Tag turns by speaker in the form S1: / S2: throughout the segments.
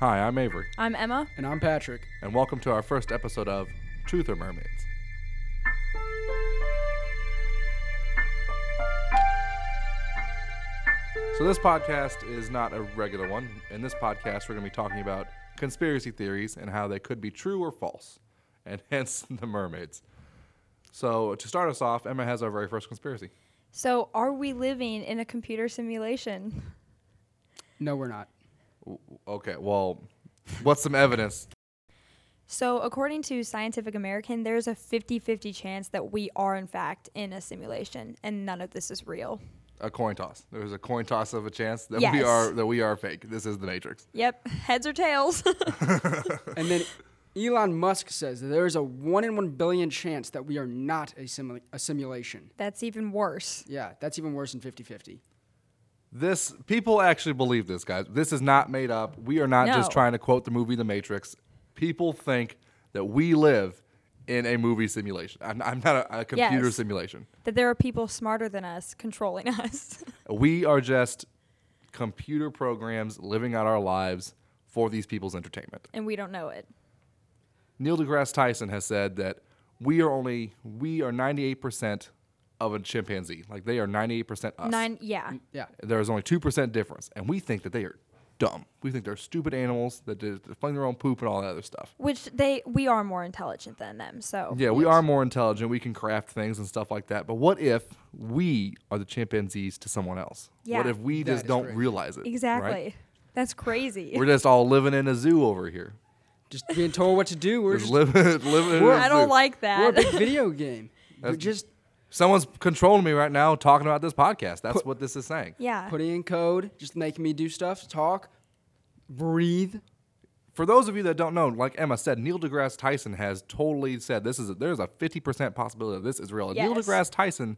S1: Hi, I'm Avery,
S2: I'm Emma.
S3: And I'm Patrick.
S1: and welcome to our first episode of Truth or Mermaids. So, this podcast is not a regular one. In this podcast, we're going to be talking about conspiracy theories and how they could be true or false, and hence the mermaids. So, to start us off, Emma has our very first conspiracy.
S2: So, are we living in a computer simulation?
S3: No, we're not.
S1: W- w- Okay, well, what's some evidence?
S2: So, according to Scientific American, there's a 50 50 chance that we are, in fact, in a simulation and none of this is real.
S1: A coin toss. There's a coin toss of a chance that we
S2: Yes.
S1: are that we are fake. This is the Matrix.
S2: Yep, heads or tails.
S3: And then Elon Musk says that there is a one in one billion chance that we are not a, simula- a simulation.
S2: That's even worse.
S3: Yeah, that's even worse than 50 50.
S1: This people actually believe this, guys. This is not made up. We are not just
S2: No.
S1: trying to quote the movie The Matrix. People think that we live in a movie simulation. I'm, I'm not a, a computer
S2: Yes.
S1: simulation.
S2: That there are people smarter than us controlling us.
S1: We are just computer programs living out our lives for these people's entertainment.
S2: and we don't know it.
S1: Neil deGrasse Tyson has said that we are only we are 98% of a chimpanzee. Like they are 98% us.
S2: Nine, yeah.
S3: Yeah.
S1: there is only 2% difference. And we think that they are dumb. We think they're stupid animals that did- that fling their own poop and all that other stuff.
S2: Which they, we are more intelligent than them. So,
S1: Yeah, we are more intelligent. We can craft things and stuff like that. But what if we are the chimpanzees to someone else? What
S2: Yeah.
S1: if we
S3: That
S1: just
S3: is
S1: don't
S3: correct.
S1: realize it? right?
S2: exactly. That's crazy.
S1: We're just all living in a zoo over here.
S3: Just being told what to do. We're,
S1: Just
S3: just,
S1: living, living in a
S2: I don't
S1: zoo.
S2: like
S3: we're a
S2: that.
S3: big video game. We're just
S1: Someone's controlling me right now talking about this podcast. That's what this is saying.
S2: yeah.
S3: putting in code, just making me do stuff, talk, breathe.
S1: for those of you that don't know, like Emma said, Neil deGrasse Tyson has totally said this is a, there's a 50% possibility that this is real. And Neil
S2: Yes.
S1: deGrasse Tyson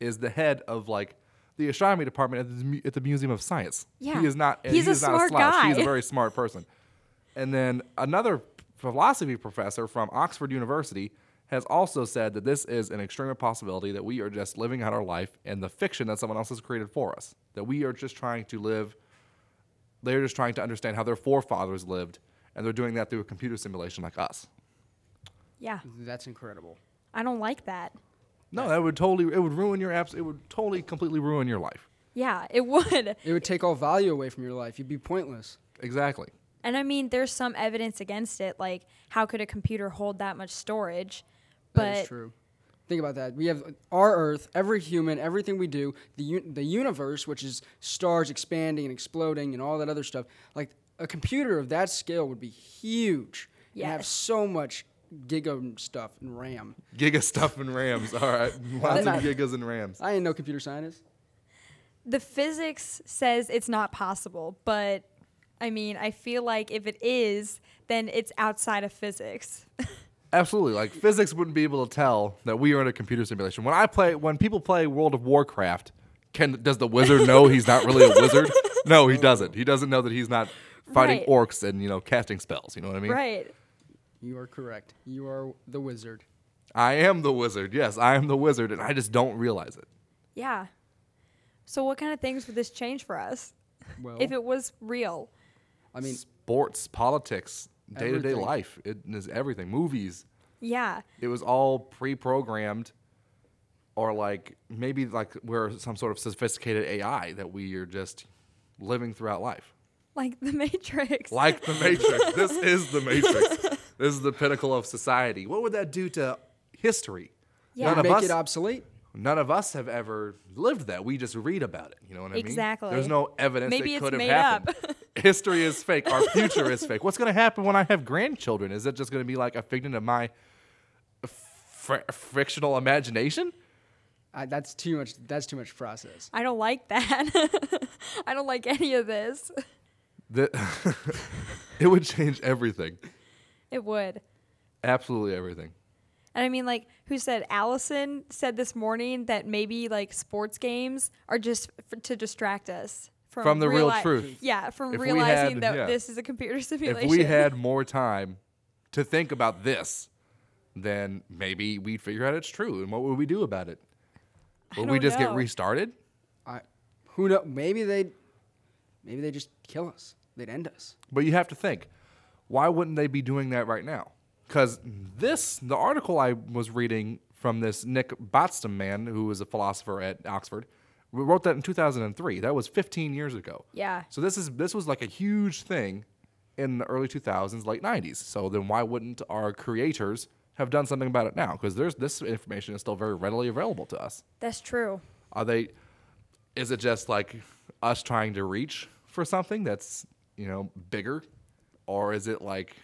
S1: is the head of like the astronomy department at the, mu- at the Museum of Science.
S2: Yeah.
S1: He is not and
S2: He's
S1: he
S2: a
S1: is not a
S2: smart
S1: slouch. He's a
S2: guy.
S1: very smart person. And then another philosophy professor from Oxford University has also said that this is an extreme possibility that we are just living out our life and the fiction that someone else has created for us. That we are just trying to live they're just trying to understand how their forefathers lived, and they're doing that through a computer simulation like us.
S2: Yeah.
S3: That's incredible.
S2: I don't like that.
S1: No, that would totally it would ruin your apps. It would totally completely ruin your life.
S2: Yeah, it would.
S3: It would take all value away from your life. You'd be pointless.
S1: Exactly.
S2: And I mean, there's some evidence against it. Like, how could a computer hold that much storage?
S3: that
S2: But
S3: is true. Think about that. We have our Earth, every human, everything we do, the u- the universe, which is stars expanding and exploding and all that other stuff. Like a computer of that scale would be huge and have
S2: Yes.
S3: so much giga stuff and RAM.
S1: Giga stuff and RAMs. All right. Lots of gigas and RAMs.
S3: I ain't no computer scientist.
S2: the physics says it's not possible. But I mean, I feel like if it is, then it's outside of physics.
S1: Absolutely. Like physics wouldn't be able to tell that we are in a computer simulation. When I play when people play World of Warcraft, can does the wizard know he's not really a wizard? No, he doesn't. He doesn't know that he's not fighting
S2: Right.
S1: orcs and, you know, casting spells. You know what I mean?
S2: right.
S3: You are correct. You are the wizard.
S1: I am the wizard. Yes, I am the wizard, and I just don't realize it.
S2: Yeah. So, what kind of things would this change for us
S3: Well,
S2: if it was real?
S3: I mean,
S1: sports, politics, day to day
S3: Everything.
S1: life. It is everything. Movies.
S2: Yeah.
S1: It was all pre programmed or like maybe like we're some sort of sophisticated AI that we are just living throughout life.
S2: Like the Matrix.
S1: Like the Matrix. this is the Matrix. This is the pinnacle of society. What would that do to history?
S2: Yeah.
S1: None of
S3: make
S1: us
S3: it obsolete.
S1: none of us have ever lived that. We just read about it. You know what I mean?
S2: Exactly.
S1: There's no evidence
S2: Maybe
S1: it
S2: it's
S1: could have
S2: made
S1: happened.
S2: up.
S1: History is fake. Our future is fake. What's going to happen when I have grandchildren? Is it just going to be like a figment of my fr- frictional imagination?
S3: I, that's too much. That's too much process.
S2: I don't like that. I don't like any of this.
S1: That it would change everything.
S2: It would.
S1: Absolutely everything.
S2: And I mean, like, who said Allison said this morning that maybe like sports games are just f- to distract us from,
S1: From the real
S2: reali-
S1: truth.
S2: Yeah, from
S1: If we
S2: realizing
S1: had-
S2: that
S1: yeah.
S2: this is a computer
S1: If
S2: simulation.
S1: we had more time to think about this, then maybe we'd figure out it's true. And what would we do about it? Would we
S2: don't
S1: just get
S2: know.
S1: restarted?
S3: I, who know? Maybe they, maybe they just kill us. they'd end us.
S1: But you have to think, why wouldn't they be doing that right now? Because this, the article I was reading from this Nick Botstrom man, who was a philosopher at Oxford, we wrote that in 2003. That was 15 years ago.
S2: Yeah.
S1: So this is this was like a huge thing in the early 2000s, late 90s. So then why wouldn't our creators have done something about it now? Because there's this information is still very readily available to us.
S2: That's true.
S1: Are they? Is it just like us trying to reach for something that's you know bigger, or is it like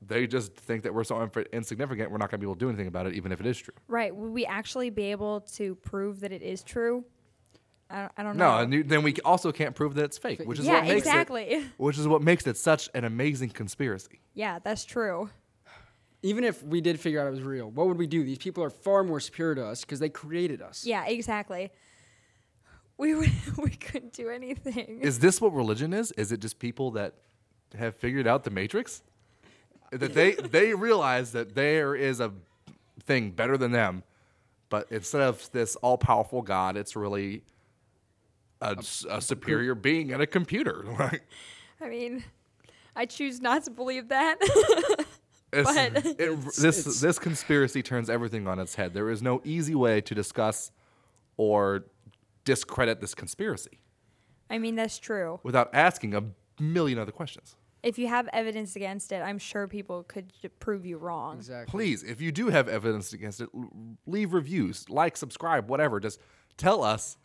S1: they just think that we're so inf- insignificant we're not going to be able to do anything about it, even if it is true?
S2: Right. Would we actually be able to prove that it is true? I don't, I don't
S1: No,
S2: know.
S1: and you, then we also can't prove that it's fake, which is
S2: yeah,
S1: what makes
S2: exactly.
S1: it, which is what makes it such an amazing conspiracy.
S2: yeah, that's true.
S3: Even if we did figure out it was real, what would we do? These people are far more superior to us because they created us.
S2: Yeah, exactly. We would we couldn't do anything.
S1: Is this what religion is? Is it just people that have figured out the matrix? That they they realize that there is a thing better than them, but instead of this all powerful God, it's really a, a superior being and a computer. Like,
S2: I mean, I choose not to believe that.
S1: it's-
S2: But-
S1: it- this this conspiracy turns everything on its head. There is no easy way to discuss or discredit this conspiracy
S2: I mean, that's true.
S1: without asking a million other questions.
S2: If you have evidence against it, I'm sure people could j- prove you wrong.
S3: Exactly.
S1: Please, if you do have evidence against it, l- leave reviews, like, subscribe, whatever. Just tell us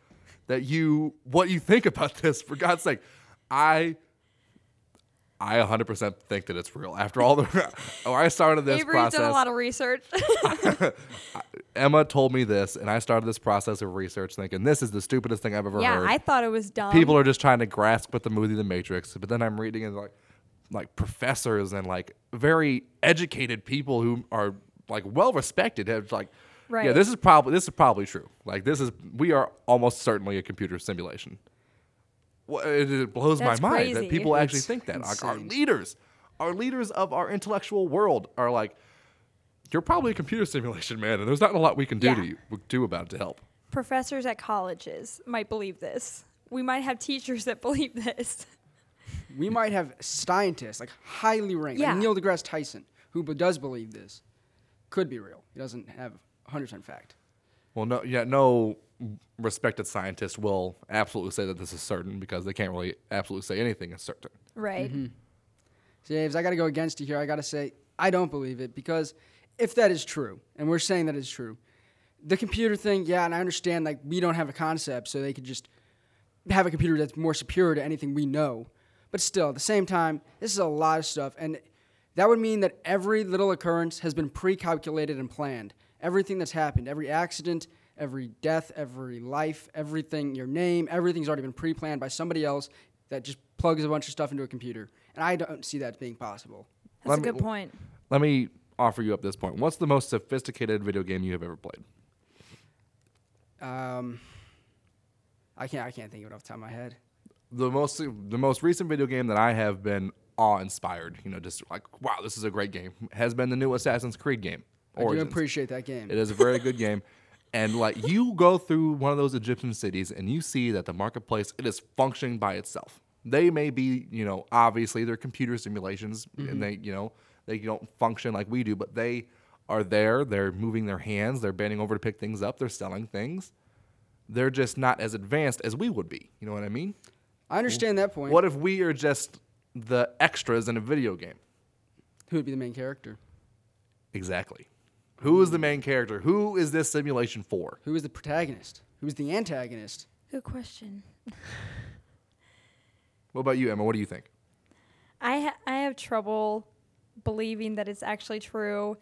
S1: that you what you think about this. For God's sake, I I 100% think that it's real. After all the oh, I started this
S2: Avery, you've
S1: process.
S2: done a lot of research.
S1: Emma told me this, and I started this process of research, thinking this is the stupidest thing I've ever
S2: yeah,
S1: heard.
S2: I thought it was dumb.
S1: People are just trying to grasp with the movie The Matrix, but then I'm reading and like like professors and like very educated people who are like well respected have like yeah
S2: Right.
S1: this is probably this is probably true like this is we are almost certainly a computer simulation. Well, it, it blows
S2: That's
S1: my mind that
S2: crazy.
S1: people actually
S3: It's
S1: think that like, our
S3: insane.
S1: leaders, our leaders of our intellectual world are like you're probably a computer simulation man and there's not a lot we can do to
S2: Yeah.
S1: you do about it to help.
S2: Professors at colleges might believe this. We might have teachers that believe this.
S3: We might have scientists, like highly ranked,
S2: Yeah.
S3: like Neil deGrasse Tyson, who b- does believe this, could be real. He doesn't have 100% fact.
S1: Well, no, yeah, no respected scientist will absolutely say that this is certain because they can't really absolutely say anything is certain.
S2: Right.
S1: Mm-hmm.
S3: So, James, I got to go against you here. I got to say, I don't believe it because if that is true, and we're saying that is true, the computer thing, yeah, and I understand, like, we don't have a concept, so they could just have a computer that's more superior to anything we know. But still, at the same time, this is a lot of stuff, and that would mean that every little occurrence has been pre calculated and planned. Everything that's happened, every accident, every death, every life, everything, your name, everything's already been pre planned by somebody else that just plugs a bunch of stuff into a computer. And I don't see that being possible.
S2: That's
S1: Let
S2: a
S1: me-
S2: good point.
S1: Let me offer you up this point. What's the most sophisticated video game you have ever played?
S3: Um, I can't, I can't think of it off the top of my head.
S1: The most the most recent video game that I have been awe inspired, you know, just like wow, this is a great game, has been the new Assassin's Creed game.
S3: I do
S1: Origins.
S3: appreciate that game.
S1: It is a very good game. And like you go through one of those Egyptian cities and you see that the marketplace it is functioning by itself. They may be, you know, obviously they're computer simulations and they, you know, they don't function like we do, but they are there. They're moving their hands. They're bending over to pick things up. They're selling things. They're just not as advanced as we would be. You know what I mean?
S3: I understand that point.
S1: What if we are just the extras in a video game?
S3: Who would be the main character?
S1: Exactly. Who is the main character? Who is this simulation for?
S3: Who is the protagonist? Who is the antagonist?
S2: Good question.
S1: What about you, Emma? What do you think?
S2: I ha- I have trouble believing that it's actually true.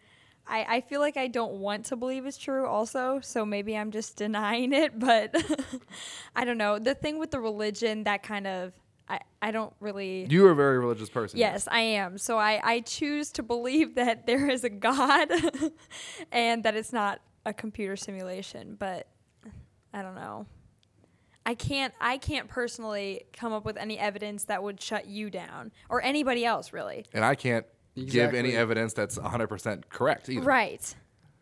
S2: I, I feel like I don't want to believe it's true also, so maybe I'm just denying it, but I don't know. The thing with the religion, that kind of I, I don't really
S1: You are a very religious person.
S2: Yes, I am. So I, I choose to believe that there is a God and that it's not a computer simulation, but I don't know. I can't I can't personally come up with any evidence that would shut you down or anybody else really.
S1: And I can't give any
S3: Exactly.
S1: evidence that's 100% correct either.
S2: Right.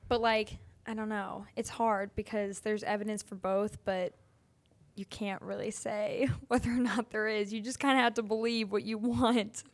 S2: But like, I don't know. It's hard because there's evidence for both, but you can't really say whether or not there is. You just kind of have to believe what you want.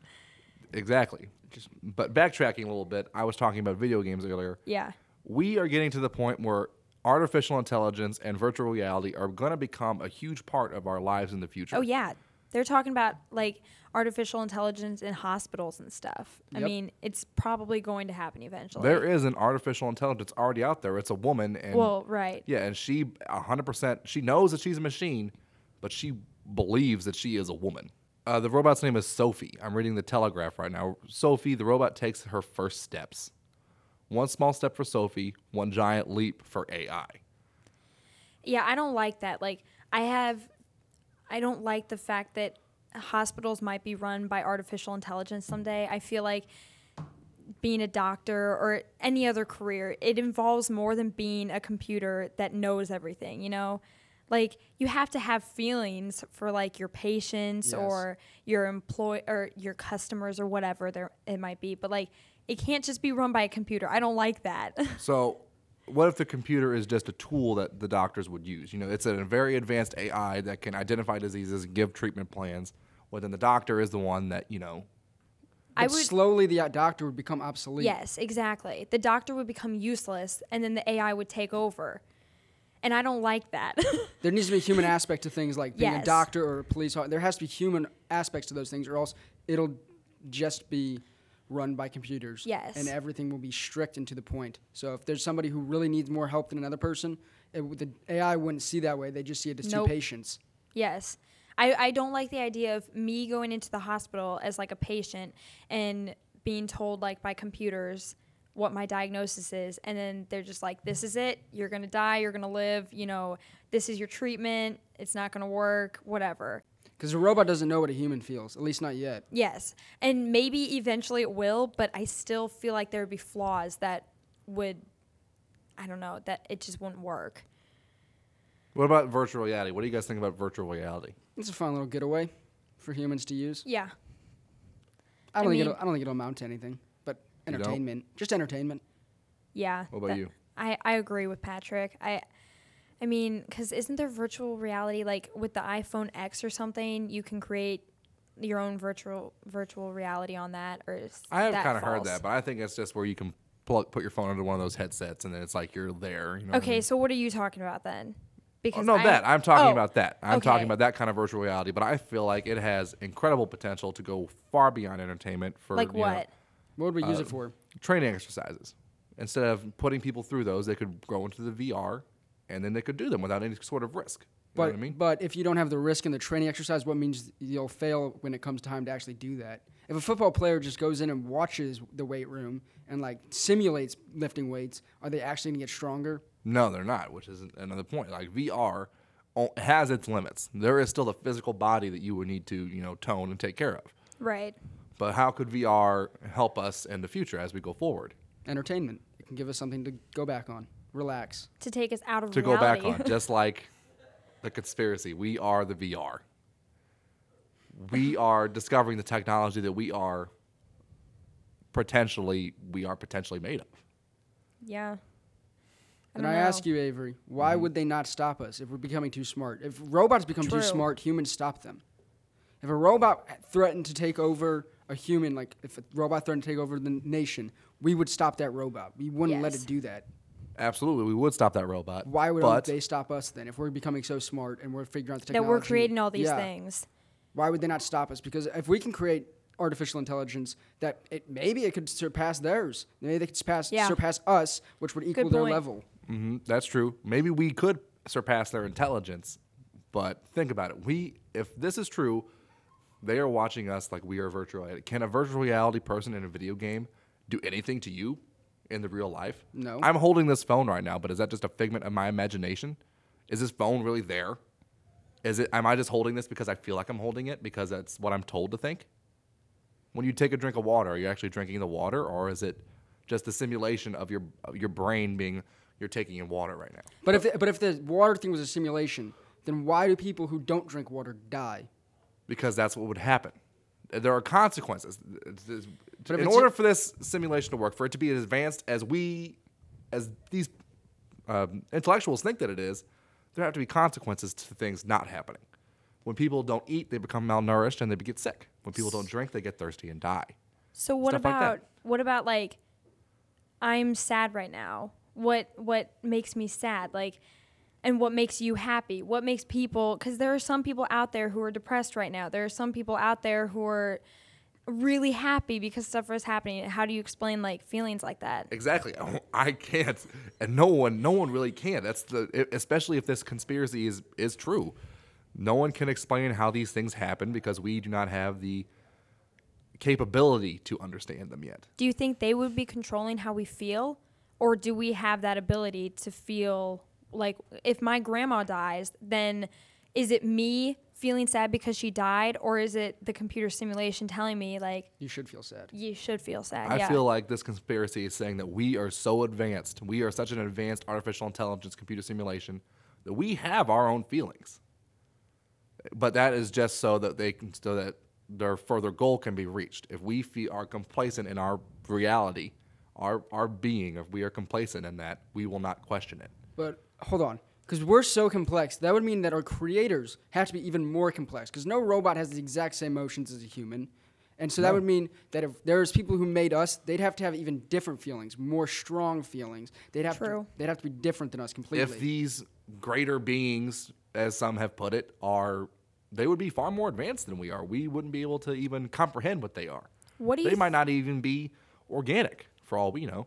S1: Exactly. Just, but backtracking a little bit, I was talking about video games earlier.
S2: Yeah.
S1: We are getting to the point where artificial intelligence and virtual reality are going to become a huge part of our lives in the future.
S2: Oh yeah, they're talking about like artificial intelligence in hospitals and stuff. I
S3: Yep.
S2: mean, it's probably going to happen eventually.
S1: There is an artificial intelligence already out there. It's a woman and
S2: Well, right.
S1: yeah, and she 100% she knows that she's a machine, but she believes that she is a woman. Uh, the robot's name is Sophie. I'm reading the Telegraph right now. Sophie, the robot takes her first steps. One small step for Sophie, one giant leap for AI.
S2: Yeah, I don't like that. Like, I have, I don't like the fact that hospitals might be run by artificial intelligence someday. I feel like being a doctor or any other career, it involves more than being a computer that knows everything, you know? Like you have to have feelings for like your patients
S3: Yes.
S2: or your employ or your customers or whatever there it might be, but like it can't just be run by a computer. I don't like that.
S1: So, what if the computer is just a tool that the doctors would use? You know, it's a very advanced AI that can identify diseases and give treatment plans. Well, then the doctor is the one that, you know,
S2: I
S3: But
S2: would
S3: slowly the doctor would become obsolete.
S2: Yes, exactly. The doctor would become useless and then the AI would take over. And I don't like that.
S3: There needs to be a human aspect to things like being
S2: Yes.
S3: a doctor or a police officer. There has to be human aspects to those things, or else it'll just be run by computers.
S2: Yes.
S3: And everything will be strict and to the point. So if there's somebody who really needs more help than another person, it, would- the AI wouldn't see that way. They just see it as
S2: Nope.
S3: two patients.
S2: yes. I, I don't like the idea of me going into the hospital as like a patient and being told like by computers what my diagnosis is and then they're just like this is it you're going to die you're going to live you know this is your treatment it's not going to work whatever
S3: Because a robot doesn't know what a human feels, at least not yet.
S2: Yes. And maybe eventually it will, but I still feel like there would be flaws that would, I don't know, that it just wouldn't work.
S1: what about virtual reality? What do you guys think about virtual reality?
S3: It's a fun little getaway for humans to use.
S2: Yeah.
S3: I don't
S2: I
S3: think
S2: mean-
S3: it'll, I don't think it'll amount to anything, but
S1: don't?
S3: entertainment, just entertainment.
S2: Yeah.
S1: What about
S2: That-
S1: you?
S2: I, I agree with Patrick. I, I mean, because isn't there virtual reality like with the iPhone X or something? You can create your own virtual virtual reality on that, or is
S1: I have
S2: that
S1: kind of heard
S2: false?
S1: that, but I think it's just where you can plug, put your phone into one of those headsets and then it's like you're there. You know what I
S2: Okay,
S1: mean?
S2: so what are you talking about then?
S1: Oh,
S2: Because
S1: no,
S2: I-
S1: that. I'm talking
S2: oh,
S1: about that. I'm talking
S2: okay.
S1: about that kind of virtual reality, but I feel like it has incredible potential to go far beyond entertainment for
S2: like
S1: you know,
S2: what?
S3: What would we use it for?
S1: training exercises. Instead of putting people through those, they could go into the VR and then they could do them without any sort of risk. You
S3: But,
S1: know what I mean?
S3: but if you don't have the risk in the training exercise, what means you'll fail when it comes time to actually do that? If a football player just goes in and watches the weight room and like simulates lifting weights, are they actually going to get stronger?
S1: No, they're not, which is another point. Like VR o- has its limits. There is still the physical body that you would need to, you know, tone and take care of.
S2: Right.
S1: But how could VR help us in the future as we go forward?
S3: Entertainment. It can give us something to go back on, relax.
S2: To take us out of
S1: To
S2: reality.
S1: go back on, just like the conspiracy, we are the VR. We are discovering the technology that we are potentially we are potentially made of.
S2: Yeah.
S3: And I ask you, Avery, why
S1: Mm-hmm.
S3: would they not stop us if we're becoming too smart? If robots become
S2: True.
S3: too smart, humans stop them. If a robot threatened to take over a human, like if a robot threatened to take over the nation, we would stop that robot. We wouldn't let
S2: Yes.
S3: it do that.
S1: Absolutely, we would stop that robot.
S3: Why would
S1: but
S3: they stop us then? If we're becoming so smart and we're figuring out the
S2: that
S3: technology,
S2: we're creating all these
S3: Yeah.
S2: things.
S3: Why would they not stop us? Because if we can create artificial intelligence, that it maybe it could surpass theirs. Maybe they could surpass
S2: Yeah.
S3: surpass us, which would equal their
S2: point.
S3: level.
S1: Mhm, that's true. Maybe we could surpass their intelligence, but think about it. We, if this is true, they are watching us like we are virtual. reality. Can a virtual reality person in a video game do anything to you in the real life?
S3: No.
S1: I'm holding this phone right now, but is that just a figment of my imagination? Is this phone really there? Is it? Am I just holding this because I feel like I'm holding it because that's what I'm told to think? when you take a drink of water, are you actually drinking the water, or is it just the simulation of your of your brain being you're taking in water right now?
S3: But if the, but if the water thing was a simulation, then why do people who don't drink water die?
S1: Because that's what would happen. There are consequences. It's- it's-
S3: if
S1: In
S3: it's-
S1: order for this simulation to work, for it to be as advanced as we, as these um, intellectuals think that it is, there have to be consequences to things not happening. When people don't eat, they become malnourished and they get sick. When people don't drink, they get thirsty and die.
S2: So what
S1: Stuff like that.
S2: about what about like I'm sad right now. What what makes me sad? Like and what makes you happy? What makes people cuz there are some people out there who are depressed right now. There are some people out there who are really happy because stuff is happening. How do you explain like feelings like that?
S1: Exactly. I don't- I can't, and no one, no one really can. That's the, e, especially if this conspiracy is is true. No one can explain how these things happen because we do not have the capability to understand them yet.
S2: Do you think they would be controlling how we feel or do we have that ability to feel like if my grandma dies, then is it me feeling sad because she died or is it the computer simulation telling me like
S3: You should feel sad.
S2: you should feel sad?
S1: I
S2: yeah.
S1: feel like this conspiracy is saying that we are so advanced, we are such an advanced artificial intelligence computer simulation that we have our own feelings. But that is just so that they can, so that their further goal can be reached. If we feel are complacent in our reality, our our being, if we are complacent in that, we will not question it.
S3: But hold on, because we're so complex, that would mean that our creators have to be even more complex. Because no robot has the exact same motions as a human, and so that would mean that if there's people who made us, they'd have to have even different feelings, more strong feelings. They'd have
S2: True.
S3: to. They'd have to be different than us completely.
S1: If these greater beings, as some have put it, are they would be far more advanced than we are. We wouldn't be able to even comprehend what they are.
S2: What do
S1: they
S2: you
S1: might not even be organic for all we know.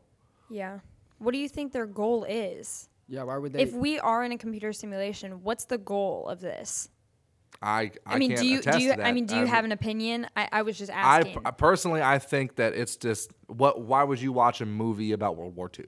S2: Yeah. What do you think their goal is?
S3: yeah, why would they?
S2: if we are in a computer simulation, what's the goal of this?
S1: I I,
S2: I, mean,
S1: can't
S2: do you
S1: attest
S2: do you
S1: to that. Um,
S2: I mean, do you have an opinion? I, I was just
S1: I,
S2: asking.
S1: I personally I think that it's just what why would you watch a movie about World War II?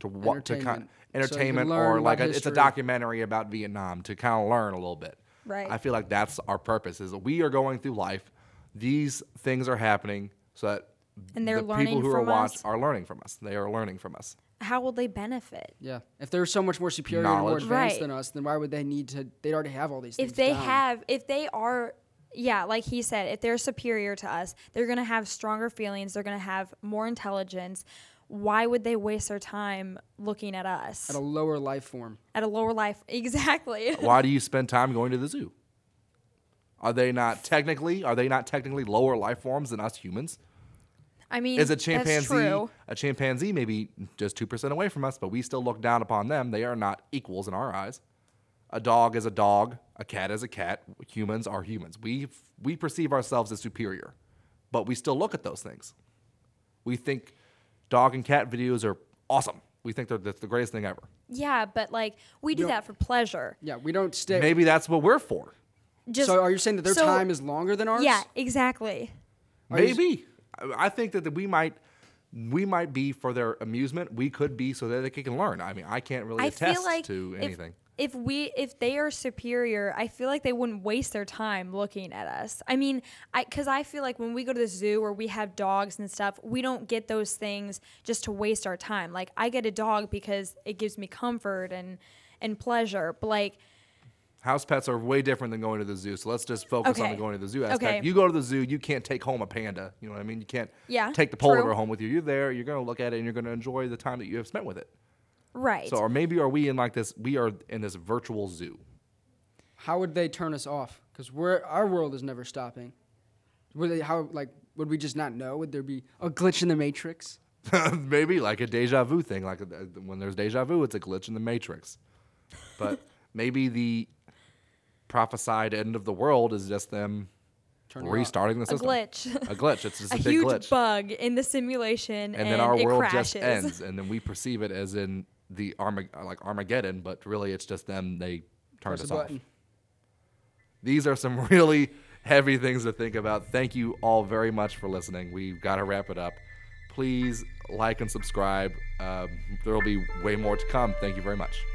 S1: To what to kind
S3: Entertainment. So you can
S1: entertainment
S3: learn
S1: or
S3: about
S1: like a, it's a
S3: history.
S1: documentary about Vietnam to kind of learn a little bit.
S2: Right.
S1: I feel like that's our purpose is that we are going through life. These things are happening so that
S2: And they're
S1: the people
S2: learning
S1: who are
S2: from
S1: watched
S2: us?
S1: are learning from us. They are learning from us.
S2: How will they benefit?
S3: yeah, if they're so much more superior and more
S1: Knowledge.
S3: advanced
S2: Right.
S3: than us, then why would they need to? They already have all these. things
S2: if they
S3: down.
S2: have if they are yeah like he said if they're superior to us they're going to have stronger feelings they're going to have more intelligence why would they waste their time looking at us
S3: at a lower life form,
S2: at a lower life exactly
S1: why do you spend time going to the zoo? Are they not technically? Are they not technically lower life forms than us humans?
S2: i mean
S1: Is a
S2: that's
S1: chimpanzee
S2: true.
S1: a chimpanzee maybe just two percent away from us, but we still look down upon them. They are not equals in our eyes. A dog is a dog. A cat is a cat. Humans are humans. We we perceive ourselves as superior, but we still look at those things. We think dog and cat videos are awesome. We think they're that's the greatest thing ever.
S2: yeah but like we do
S3: No.
S2: that for pleasure
S3: yeah, we don't stay.
S1: Maybe that's what we're for.
S2: just
S3: so are you saying that their
S2: so-
S3: time is longer than ours?
S2: yeah exactly
S3: Are you s-
S1: Maybe. I- I think that, that we might we might be for their amusement. We could be so that they can learn. I mean, I can't really
S2: i
S1: attest
S2: feel like
S1: to
S2: if-
S1: anything.
S2: if we if they are superior i feel like they wouldn't waste their time looking at us i mean i because i feel like when we go to the zoo or we have dogs and stuff we don't get those things just to waste our time like i get a dog because it gives me comfort and and pleasure but like
S1: House pets are way different than going to the zoo. So let's just focus on
S2: Okay.
S1: the going to the zoo aspect.
S2: Okay.
S1: You go to the zoo, you can't take home a panda. You know what I mean? You can't
S2: Yeah,
S1: take the polar
S2: true.
S1: bear home with you. You're there, you're going to look at it, and you're going to enjoy the time that you have spent with it.
S2: right
S1: So, or maybe are we in like this, we are in this virtual zoo.
S3: how would they turn us off? Because we're our world is never stopping. Would they how like would we just not know? Would there be a glitch in the matrix?
S1: maybe like a deja vu thing. Like uh, when there's deja vu, it's a glitch in the matrix. But maybe the prophesied end of the world is just them
S3: Turning off.
S1: restarting the
S2: a
S1: system.
S2: glitch
S1: A glitch. It's just a,
S2: a
S1: big
S2: huge
S1: glitch.
S2: bug in the simulation and,
S1: and then our
S2: it
S1: world
S2: crashes
S1: just ends, and then we perceive it as in the Armag- like Armageddon, but really it's just them. They turned
S3: Press
S1: us
S3: a
S1: off.
S3: button.
S1: These are some really heavy things to think about. Thank you all very much for listening. We've got to wrap it up. Please like and subscribe. Um, there will be way more to come. Thank you very much.